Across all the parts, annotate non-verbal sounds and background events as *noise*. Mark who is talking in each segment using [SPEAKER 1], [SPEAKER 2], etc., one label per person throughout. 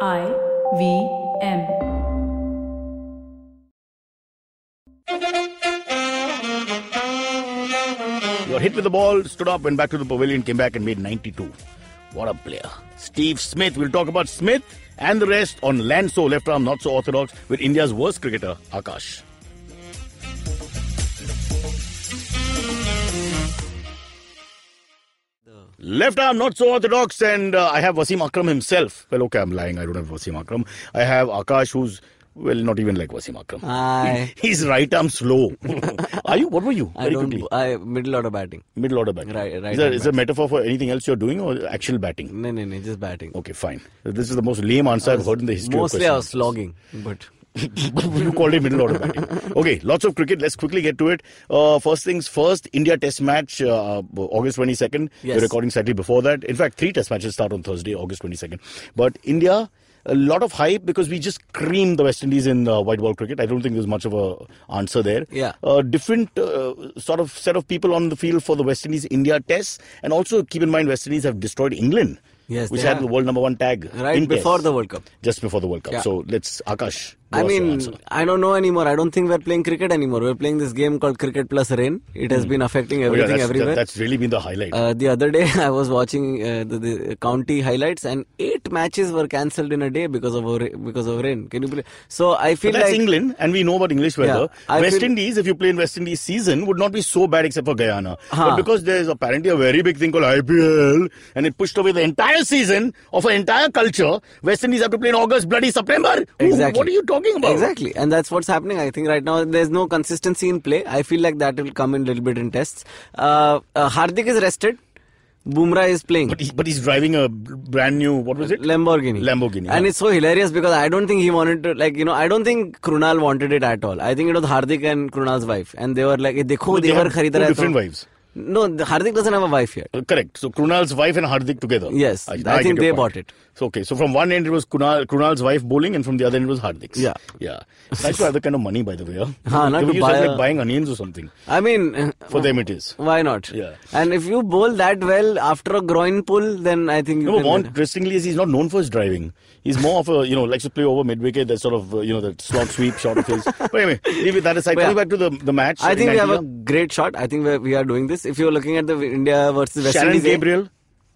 [SPEAKER 1] I V M.
[SPEAKER 2] Got hit with the ball, stood up, went back to the pavilion, came back and made 92. What a player. Steve Smith. We'll talk about Smith and the rest on Lanso, left arm not so orthodox, with India's worst cricketer, Akash. Left arm not so orthodox, and uh, I have Wasim Akram himself. Well, okay, I'm lying. I don't have Wasim Akram. I have Akash, who's well, not even like Wasim Akram.
[SPEAKER 3] I
[SPEAKER 2] He's right arm slow.
[SPEAKER 3] *laughs*
[SPEAKER 2] Are you? What were you?
[SPEAKER 3] I
[SPEAKER 2] Very
[SPEAKER 3] don't.
[SPEAKER 2] quickly.
[SPEAKER 3] I middle order batting.
[SPEAKER 2] Middle order batting.
[SPEAKER 3] Right- right
[SPEAKER 2] Is that
[SPEAKER 3] arm
[SPEAKER 2] is a metaphor for anything else you're doing or actual batting?
[SPEAKER 3] No, no, no, just batting.
[SPEAKER 2] Okay, fine. This is the most lame answer I've heard in the history
[SPEAKER 3] Mostly I
[SPEAKER 2] of
[SPEAKER 3] was slogging, but
[SPEAKER 2] questions. you called it middle order batting. Okay, lots of cricket. Let's quickly get to it. Uh, first things first, India Test match, uh, August 22nd.
[SPEAKER 3] Yes.
[SPEAKER 2] We're recording slightly before that. In fact, three Test matches start on Thursday, August 22nd. But India. A lot of hype because we just creamed the West Indies in uh, white ball cricket. I don't think there's much of a answer there.
[SPEAKER 3] Yeah.
[SPEAKER 2] a different uh, sort of set of people on the field for the West Indies India Test. And also keep in mind, West Indies have destroyed England,
[SPEAKER 3] Yes,
[SPEAKER 2] which
[SPEAKER 3] they
[SPEAKER 2] had
[SPEAKER 3] have.
[SPEAKER 2] the world number one tag
[SPEAKER 3] right
[SPEAKER 2] in
[SPEAKER 3] before
[SPEAKER 2] Test,
[SPEAKER 3] the World Cup.
[SPEAKER 2] just before the World Cup.
[SPEAKER 3] Yeah.
[SPEAKER 2] So let's Akash. give
[SPEAKER 3] I
[SPEAKER 2] us your
[SPEAKER 3] mean,
[SPEAKER 2] answer.
[SPEAKER 3] I don't know anymore. I don't think we're playing cricket anymore. We're playing this game called Cricket Plus Rain. It has been affecting
[SPEAKER 2] Oh, yeah,
[SPEAKER 3] everything
[SPEAKER 2] that's,
[SPEAKER 3] everywhere.
[SPEAKER 2] that's really been the highlight.
[SPEAKER 3] Uh, the other day, *laughs* I was watching uh, the, the county highlights, and eight matches were cancelled in a day because of ra- because of rain. Can you believe? So I feel
[SPEAKER 2] but that's
[SPEAKER 3] like
[SPEAKER 2] England, and we know about English weather.
[SPEAKER 3] I
[SPEAKER 2] West
[SPEAKER 3] feel-
[SPEAKER 2] Indies, if you play in West Indies season, would not be so bad except for Guyana. But
[SPEAKER 3] Huh.
[SPEAKER 2] because there is apparently a very big thing called IPL, and it pushed away the entire season of an entire culture, West Indies have to play in August, bloody September. Who-
[SPEAKER 3] Exactly.
[SPEAKER 2] What are you talking about?
[SPEAKER 3] Exactly. And that's what's happening. I think right now there's no consistency in play. I feel like that will come in a little bit in tests. Uh, uh, Hardik is rested. Bumrah is playing.
[SPEAKER 2] But, he, but he's driving a brand new, what was it?
[SPEAKER 3] Lamborghini.
[SPEAKER 2] Lamborghini,
[SPEAKER 3] And
[SPEAKER 2] yeah.
[SPEAKER 3] it's so hilarious because I don't think he wanted to, like, you know, I don't think Krunal wanted it at all. I think it was Hardik and Krunal's wife. And they were like, Dekho,
[SPEAKER 2] they
[SPEAKER 3] they were
[SPEAKER 2] have two
[SPEAKER 3] kharid rahe
[SPEAKER 2] different
[SPEAKER 3] to."
[SPEAKER 2] wives.
[SPEAKER 3] No, the- Hardik doesn't have a wife yet.
[SPEAKER 2] Uh, Correct. So Krunal's wife and Hardik together.
[SPEAKER 3] Yes, I
[SPEAKER 2] now get
[SPEAKER 3] think
[SPEAKER 2] your
[SPEAKER 3] they bought it.
[SPEAKER 2] So okay, so from one end it was Kunal, Krunal's wife bowling, and from the other end it was Hardik's.
[SPEAKER 3] Yeah.
[SPEAKER 2] yeah. It's nice to have that kind of money, by the way. Huh?
[SPEAKER 3] *laughs* Huh, not
[SPEAKER 2] the way
[SPEAKER 3] to
[SPEAKER 2] you
[SPEAKER 3] buy
[SPEAKER 2] sound
[SPEAKER 3] a-
[SPEAKER 2] like buying onions or something.
[SPEAKER 3] I mean,
[SPEAKER 2] For them it
[SPEAKER 3] *laughs*
[SPEAKER 2] is.
[SPEAKER 3] why not?
[SPEAKER 2] Yeah.
[SPEAKER 3] And if you bowl that well after a groin pull, then I think you
[SPEAKER 2] No, but
[SPEAKER 3] can
[SPEAKER 2] more
[SPEAKER 3] win.
[SPEAKER 2] interestingly, is he's not known for his driving. He's more of a you know likes to play over mid wicket, that sort of uh, you know that slot sweep shot of
[SPEAKER 3] *laughs*
[SPEAKER 2] his. But anyway, leave it that aside.
[SPEAKER 3] Well,
[SPEAKER 2] Coming back to the the match.
[SPEAKER 3] I
[SPEAKER 2] in
[SPEAKER 3] think we have a
[SPEAKER 2] Nigeria.
[SPEAKER 3] great shot. I think we we are doing this. If you're looking at the India versus West
[SPEAKER 2] Sharon
[SPEAKER 3] Indies, game,
[SPEAKER 2] Gabriel,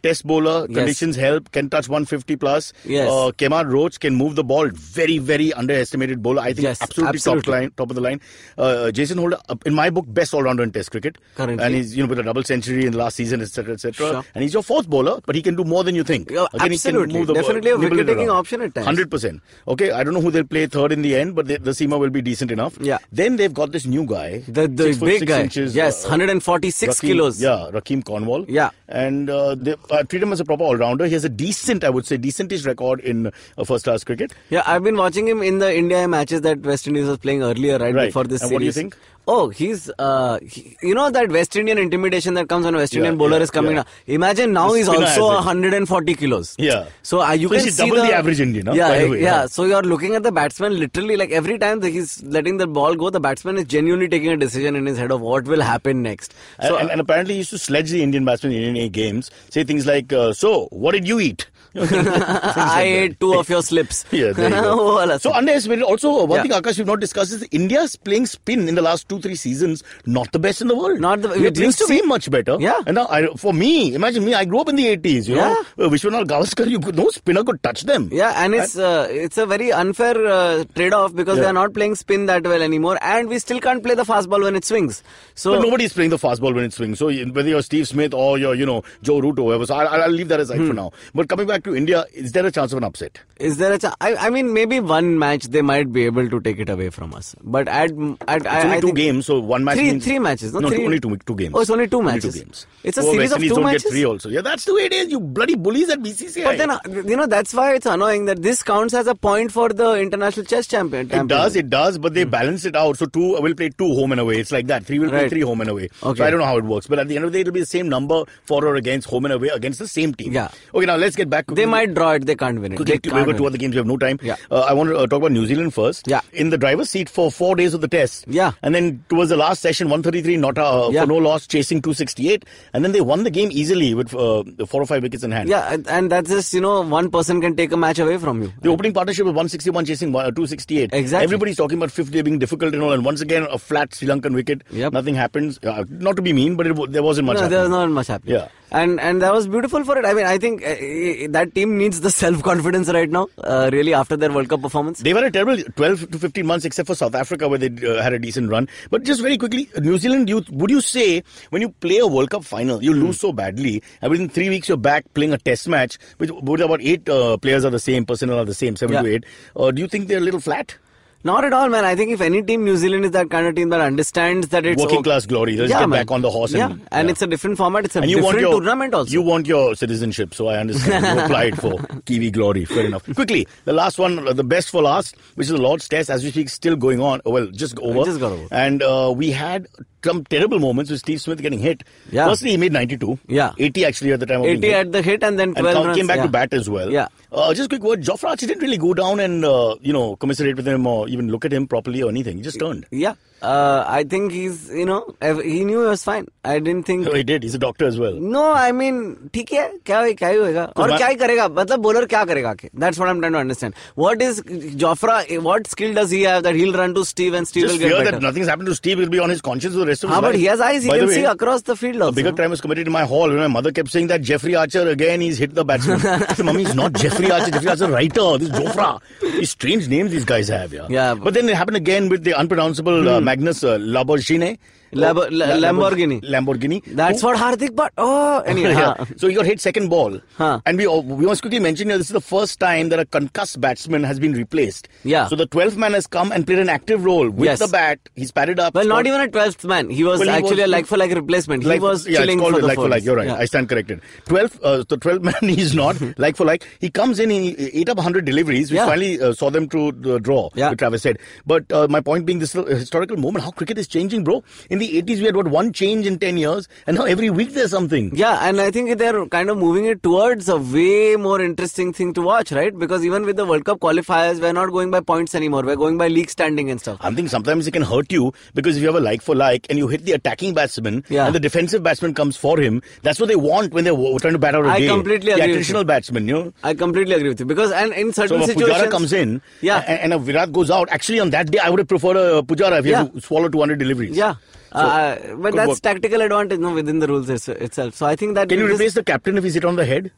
[SPEAKER 2] test bowler,
[SPEAKER 3] Yes.
[SPEAKER 2] conditions help, can touch 150 plus.
[SPEAKER 3] Yes.
[SPEAKER 2] Uh, Kemar Roach can move the ball. Very, very underestimated bowler. I think
[SPEAKER 3] Yes,
[SPEAKER 2] absolutely, Top,
[SPEAKER 3] absolutely.
[SPEAKER 2] line, top of the line. Uh, Jason Holder, uh, in my book, best all rounder in test cricket.
[SPEAKER 3] Currently.
[SPEAKER 2] And he's, you know, with a double century in the last season, etc., etc.
[SPEAKER 3] Sure.
[SPEAKER 2] And he's your fourth bowler, but he can do more than you think.
[SPEAKER 3] Yeah,
[SPEAKER 2] Again, He can
[SPEAKER 3] absolutely.
[SPEAKER 2] move the ball,
[SPEAKER 3] Definitely a
[SPEAKER 2] nibble it
[SPEAKER 3] wicket-taking
[SPEAKER 2] around.
[SPEAKER 3] option at times.
[SPEAKER 2] 100%. Okay, I don't know who they'll play third in the end, but they, the seamer will be decent enough.
[SPEAKER 3] Yeah.
[SPEAKER 2] Then they've got this new guy.
[SPEAKER 3] the, the
[SPEAKER 2] six foot
[SPEAKER 3] big
[SPEAKER 2] six
[SPEAKER 3] guy,
[SPEAKER 2] Inches,
[SPEAKER 3] yes,
[SPEAKER 2] uh,
[SPEAKER 3] 146
[SPEAKER 2] Rakeem-
[SPEAKER 3] kilos.
[SPEAKER 2] Yeah, Rakeem Cornwall.
[SPEAKER 3] Yeah.
[SPEAKER 2] And uh, they uh, treat him as a proper all rounder. He has a decent, I would say, decentish record in uh, first class cricket.
[SPEAKER 3] Yeah, I've been watching him in the India matches that West Indies was playing earlier, right,
[SPEAKER 2] Right.
[SPEAKER 3] before this
[SPEAKER 2] And
[SPEAKER 3] series.
[SPEAKER 2] what do you think?
[SPEAKER 3] Oh, he's uh, he- you know that West Indian intimidation that comes when a West Indian bowler
[SPEAKER 2] yeah,
[SPEAKER 3] is coming
[SPEAKER 2] yeah.
[SPEAKER 3] down. Imagine now
[SPEAKER 2] The
[SPEAKER 3] he's
[SPEAKER 2] spinner
[SPEAKER 3] also
[SPEAKER 2] has it.
[SPEAKER 3] 140 kilos.
[SPEAKER 2] Yeah.
[SPEAKER 3] So uh, you
[SPEAKER 2] So
[SPEAKER 3] can
[SPEAKER 2] he's
[SPEAKER 3] see
[SPEAKER 2] double the average Indian, huh,
[SPEAKER 3] Yeah,
[SPEAKER 2] by the
[SPEAKER 3] eh,
[SPEAKER 2] way,
[SPEAKER 3] yeah.
[SPEAKER 2] yeah.
[SPEAKER 3] So you're looking at the batsman literally like every time that he's letting the ball go, the batsman is genuinely taking a decision in his head of what will happen next.
[SPEAKER 2] And, and, and apparently, he used to sledge the Indian batsmen in Indian A games, say things like, uh, So, what did you eat? *laughs* Things like that.
[SPEAKER 3] *laughs* I ate two of your slips.
[SPEAKER 2] *laughs* Yeah, there you go.
[SPEAKER 3] *laughs* Oh, alas.
[SPEAKER 2] so underestimated. Also, uh, one
[SPEAKER 3] Yeah.
[SPEAKER 2] thing Akash we've not discussed is India's playing spin in the last two three seasons not the best in the world.
[SPEAKER 3] Not the-
[SPEAKER 2] You know,
[SPEAKER 3] it
[SPEAKER 2] things
[SPEAKER 3] used to
[SPEAKER 2] seem much better.
[SPEAKER 3] Yeah.
[SPEAKER 2] And now, I, for me, imagine me. I grew up in the eighties. You
[SPEAKER 3] Yeah.
[SPEAKER 2] know, Uh, Vishwanath Gavaskar. You could, no spinner could touch them.
[SPEAKER 3] Yeah, and it's uh, it's a very unfair uh, trade-off because
[SPEAKER 2] Yeah.
[SPEAKER 3] they are not playing spin that well anymore, and we still can't play the fastball when it swings. So
[SPEAKER 2] but nobody's playing the fastball when it swings. So you- whether you're Steve Smith or you're, you know, Joe Root or whoever. So I'll, I'll- I'll leave that aside
[SPEAKER 3] Hmm.
[SPEAKER 2] for now. But coming back to India, is there a chance of an upset?
[SPEAKER 3] is there a chance? I, I mean, maybe one match they might be able to take it away from us, but at at
[SPEAKER 2] It's
[SPEAKER 3] I,
[SPEAKER 2] only
[SPEAKER 3] I
[SPEAKER 2] two
[SPEAKER 3] think
[SPEAKER 2] games, so one match.
[SPEAKER 3] Three-
[SPEAKER 2] means-
[SPEAKER 3] three matches, no?
[SPEAKER 2] no
[SPEAKER 3] Three-
[SPEAKER 2] only two, two games.
[SPEAKER 3] Oh, it's only two matches.
[SPEAKER 2] Only two games.
[SPEAKER 3] It's a
[SPEAKER 2] Poor
[SPEAKER 3] series
[SPEAKER 2] West
[SPEAKER 3] of
[SPEAKER 2] Indies
[SPEAKER 3] two
[SPEAKER 2] don't
[SPEAKER 3] matches?
[SPEAKER 2] Get three also. Yeah, that's the way it is. You bloody bullies at BCCI.
[SPEAKER 3] But then uh, you know that's why it's annoying that this counts as a point for the international chess champion.
[SPEAKER 2] It
[SPEAKER 3] champion.
[SPEAKER 2] does, it does, but they balance it out. So two will play two home and away. It's like that. Three will play
[SPEAKER 3] Hmm. Right.
[SPEAKER 2] three home and away. So
[SPEAKER 3] Okay.
[SPEAKER 2] I don't know how it works, but at the end of the day, it'll be the same number for or against home and away against the same team.
[SPEAKER 3] Yeah.
[SPEAKER 2] Okay, now let's get back.
[SPEAKER 3] They might draw it. They can't win it.
[SPEAKER 2] Quickly,
[SPEAKER 3] They
[SPEAKER 2] to-
[SPEAKER 3] can't
[SPEAKER 2] we've got
[SPEAKER 3] win
[SPEAKER 2] two
[SPEAKER 3] it.
[SPEAKER 2] other games. We have no time.
[SPEAKER 3] Yeah.
[SPEAKER 2] Uh, I want to uh, talk about New Zealand first.
[SPEAKER 3] Yeah.
[SPEAKER 2] In the driver's seat for four days of the test.
[SPEAKER 3] Yeah.
[SPEAKER 2] And then led towards the last session 133 not uh,
[SPEAKER 3] Yeah.
[SPEAKER 2] for no loss, chasing 268, and then they won the game easily with uh, four or five wickets in hand.
[SPEAKER 3] Yeah, and- and that's just you know one person can take a match away from you.
[SPEAKER 2] The opening partnership was 161 chasing one- uh, 268.
[SPEAKER 3] Exactly.
[SPEAKER 2] Everybody's talking about fifth day being difficult and all. And once again, a flat Sri Lankan wicket.
[SPEAKER 3] Yep.
[SPEAKER 2] Nothing happens. Uh, not to be mean, but it, wa- there wasn't much.
[SPEAKER 3] No, there was
[SPEAKER 2] happening.
[SPEAKER 3] not much happening.
[SPEAKER 2] Yeah.
[SPEAKER 3] and and that was beautiful for it. I mean, I think uh, uh, that team needs the *laughs* self confidence right now. Uh, really, after their World Cup performance.
[SPEAKER 2] They were a terrible 12 to 15 months, except for South Africa, where they uh, had a decent run. But just very quickly, uh, New Zealand youth, would you say when you play a World Cup final, you lose
[SPEAKER 3] Hmm.
[SPEAKER 2] so badly, and within three weeks you're back playing a test match, which with about eight uh, players are the same, personnel are the same, seven
[SPEAKER 3] Yeah.
[SPEAKER 2] to eight. Uh, do you think they're a little flat?
[SPEAKER 3] Not at all, man. I think if any team, New Zealand is that kind of team that understands that it's
[SPEAKER 2] Working
[SPEAKER 3] o-
[SPEAKER 2] class glory. They'll just
[SPEAKER 3] Yeah,
[SPEAKER 2] get
[SPEAKER 3] man.
[SPEAKER 2] back on the horse.
[SPEAKER 3] Yeah,
[SPEAKER 2] And,
[SPEAKER 3] and
[SPEAKER 2] yeah.
[SPEAKER 3] it's a different format. It's a
[SPEAKER 2] and you
[SPEAKER 3] different
[SPEAKER 2] want your
[SPEAKER 3] tournament also.
[SPEAKER 2] You want your citizenship, so I understand.
[SPEAKER 3] *laughs*
[SPEAKER 2] You applied for Kiwi glory. Fair enough. Quickly, the last one, uh, the best for last, which is the Lord's Test, as we speak, still going on. Oh, Well, just over.
[SPEAKER 3] just got over.
[SPEAKER 2] And uh, we had some terrible moments with Steve Smith getting hit.
[SPEAKER 3] Yeah.
[SPEAKER 2] Firstly, he made 92.
[SPEAKER 3] Yeah.
[SPEAKER 2] 80 actually at the time of being
[SPEAKER 3] 80
[SPEAKER 2] hit.
[SPEAKER 3] at the hit and then 12
[SPEAKER 2] and Count
[SPEAKER 3] runs,
[SPEAKER 2] came back
[SPEAKER 3] yeah.
[SPEAKER 2] to bat as well.
[SPEAKER 3] Yeah.
[SPEAKER 2] Uh, just a quick word. Jofra Archer didn't really go down and uh, you know commiserate with him or even look at him properly or anything. He just turned.
[SPEAKER 3] Yeah, uh, I think he's you know ev- he knew he was fine. I didn't think.
[SPEAKER 2] No, he did. He's a doctor as well.
[SPEAKER 3] No I mean ठीक है क्या हुए- क्या ही होएगा और
[SPEAKER 2] तो मैं-
[SPEAKER 3] क्या ही करेगा मतलब बॉलर क्या करेगा आके that's what I am trying to understand what is Jofra what skill does he have that he will run to Steve and Steve will
[SPEAKER 2] Just
[SPEAKER 3] get
[SPEAKER 2] fear that
[SPEAKER 3] better
[SPEAKER 2] nothing's happened to Steve. It'll be on his conscience for the rest of
[SPEAKER 3] हां
[SPEAKER 2] his
[SPEAKER 3] but
[SPEAKER 2] life.
[SPEAKER 3] He has eyes he
[SPEAKER 2] By the
[SPEAKER 3] can
[SPEAKER 2] way,
[SPEAKER 3] see across the field
[SPEAKER 2] A bigger
[SPEAKER 3] also
[SPEAKER 2] crime was committed in my hall when my mother kept saying that Jeffrey Archer again, he's hit the
[SPEAKER 3] *laughs*
[SPEAKER 2] batsman. I said, Mummy, it's not Jeffrey Archer. Jeffrey Archer's a writer. This is Jofra. These strange names these guys have, yeah.
[SPEAKER 3] Yeah. Hmm.
[SPEAKER 2] But then it happened again with the unpronounceable uh, Magnus uh, Laborgine.
[SPEAKER 3] Labo- La- Lamborghini.
[SPEAKER 2] Lamborghini.
[SPEAKER 3] That's
[SPEAKER 2] who-
[SPEAKER 3] what Hardik but oh *laughs* anyway
[SPEAKER 2] *laughs* yeah. So he got hit second ball,
[SPEAKER 3] Huh.
[SPEAKER 2] and we we must quickly mention here this is the first time that a concussed batsman has been replaced.
[SPEAKER 3] Yeah.
[SPEAKER 2] So the 12th man has come and played an active role with
[SPEAKER 3] Yes.
[SPEAKER 2] the bat. He's padded up.
[SPEAKER 3] well
[SPEAKER 2] scored-
[SPEAKER 3] not even a 12th man he was
[SPEAKER 2] Well, he
[SPEAKER 3] actually a
[SPEAKER 2] was-
[SPEAKER 3] like for like replacement he
[SPEAKER 2] like,
[SPEAKER 3] was
[SPEAKER 2] yeah,
[SPEAKER 3] chilling
[SPEAKER 2] it's called
[SPEAKER 3] for the
[SPEAKER 2] like for
[SPEAKER 3] fours.
[SPEAKER 2] like. You're right.
[SPEAKER 3] Yeah.
[SPEAKER 2] I stand corrected. Twelve, uh, the twelve *laughs* man he's
[SPEAKER 3] *laughs*
[SPEAKER 2] not like for like. He comes in, he ate up hundred deliveries, which
[SPEAKER 3] Yeah.
[SPEAKER 2] finally uh, saw them to the draw.
[SPEAKER 3] Yeah.
[SPEAKER 2] which Travis said. But uh, my point being, this is a historical moment. How cricket is changing, bro. In the eighties, we had what one change in ten years, and now every week there's something.
[SPEAKER 3] Yeah, and I think they're kind of moving it towards a way more interesting thing to watch, right? Because even with the World Cup qualifiers, we're not going by points anymore. We're going by league standing and stuff.
[SPEAKER 2] I'm thinking sometimes it can hurt you because if you have a like for like and you hit the attacking batsman
[SPEAKER 3] Yeah.
[SPEAKER 2] and the defensive batsman comes for him, that's what they want when they're w- trying to bat out a
[SPEAKER 3] I
[SPEAKER 2] day.
[SPEAKER 3] completely
[SPEAKER 2] the
[SPEAKER 3] agree with
[SPEAKER 2] attritional batsman, you know.
[SPEAKER 3] I completely agree with you because, and in
[SPEAKER 2] So
[SPEAKER 3] certain
[SPEAKER 2] if
[SPEAKER 3] situations,
[SPEAKER 2] Pujara comes in,
[SPEAKER 3] Yeah.
[SPEAKER 2] a- and, if Virat goes out, actually on that day I would have preferred a Pujara if he had
[SPEAKER 3] Yeah.
[SPEAKER 2] to swallow 200 deliveries.
[SPEAKER 3] yeah, uh, but
[SPEAKER 2] good
[SPEAKER 3] that's
[SPEAKER 2] work.
[SPEAKER 3] tactical advantage no, within the rules it's- itself. So I think that
[SPEAKER 2] Can you
[SPEAKER 3] will
[SPEAKER 2] replace the captain if he's hit on the head?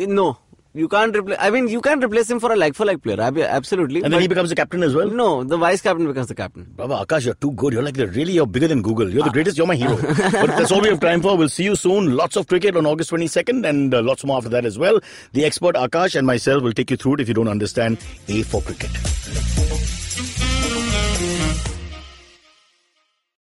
[SPEAKER 3] just- No, you can't replace. I mean, you can replace him for a like for like player, ab- absolutely.
[SPEAKER 2] And then
[SPEAKER 3] but
[SPEAKER 2] he becomes the captain as well?
[SPEAKER 3] no, the vice captain becomes the captain.
[SPEAKER 2] Baba, Akash, you're too good. You're like, the- really, you're bigger than Google. You're the greatest. You're my hero. but that's all we have time for. We'll see you soon. Lots of cricket on August 22nd and uh, lots more after that as well. The expert Akash and myself will take you through it if you don't understand A for cricket.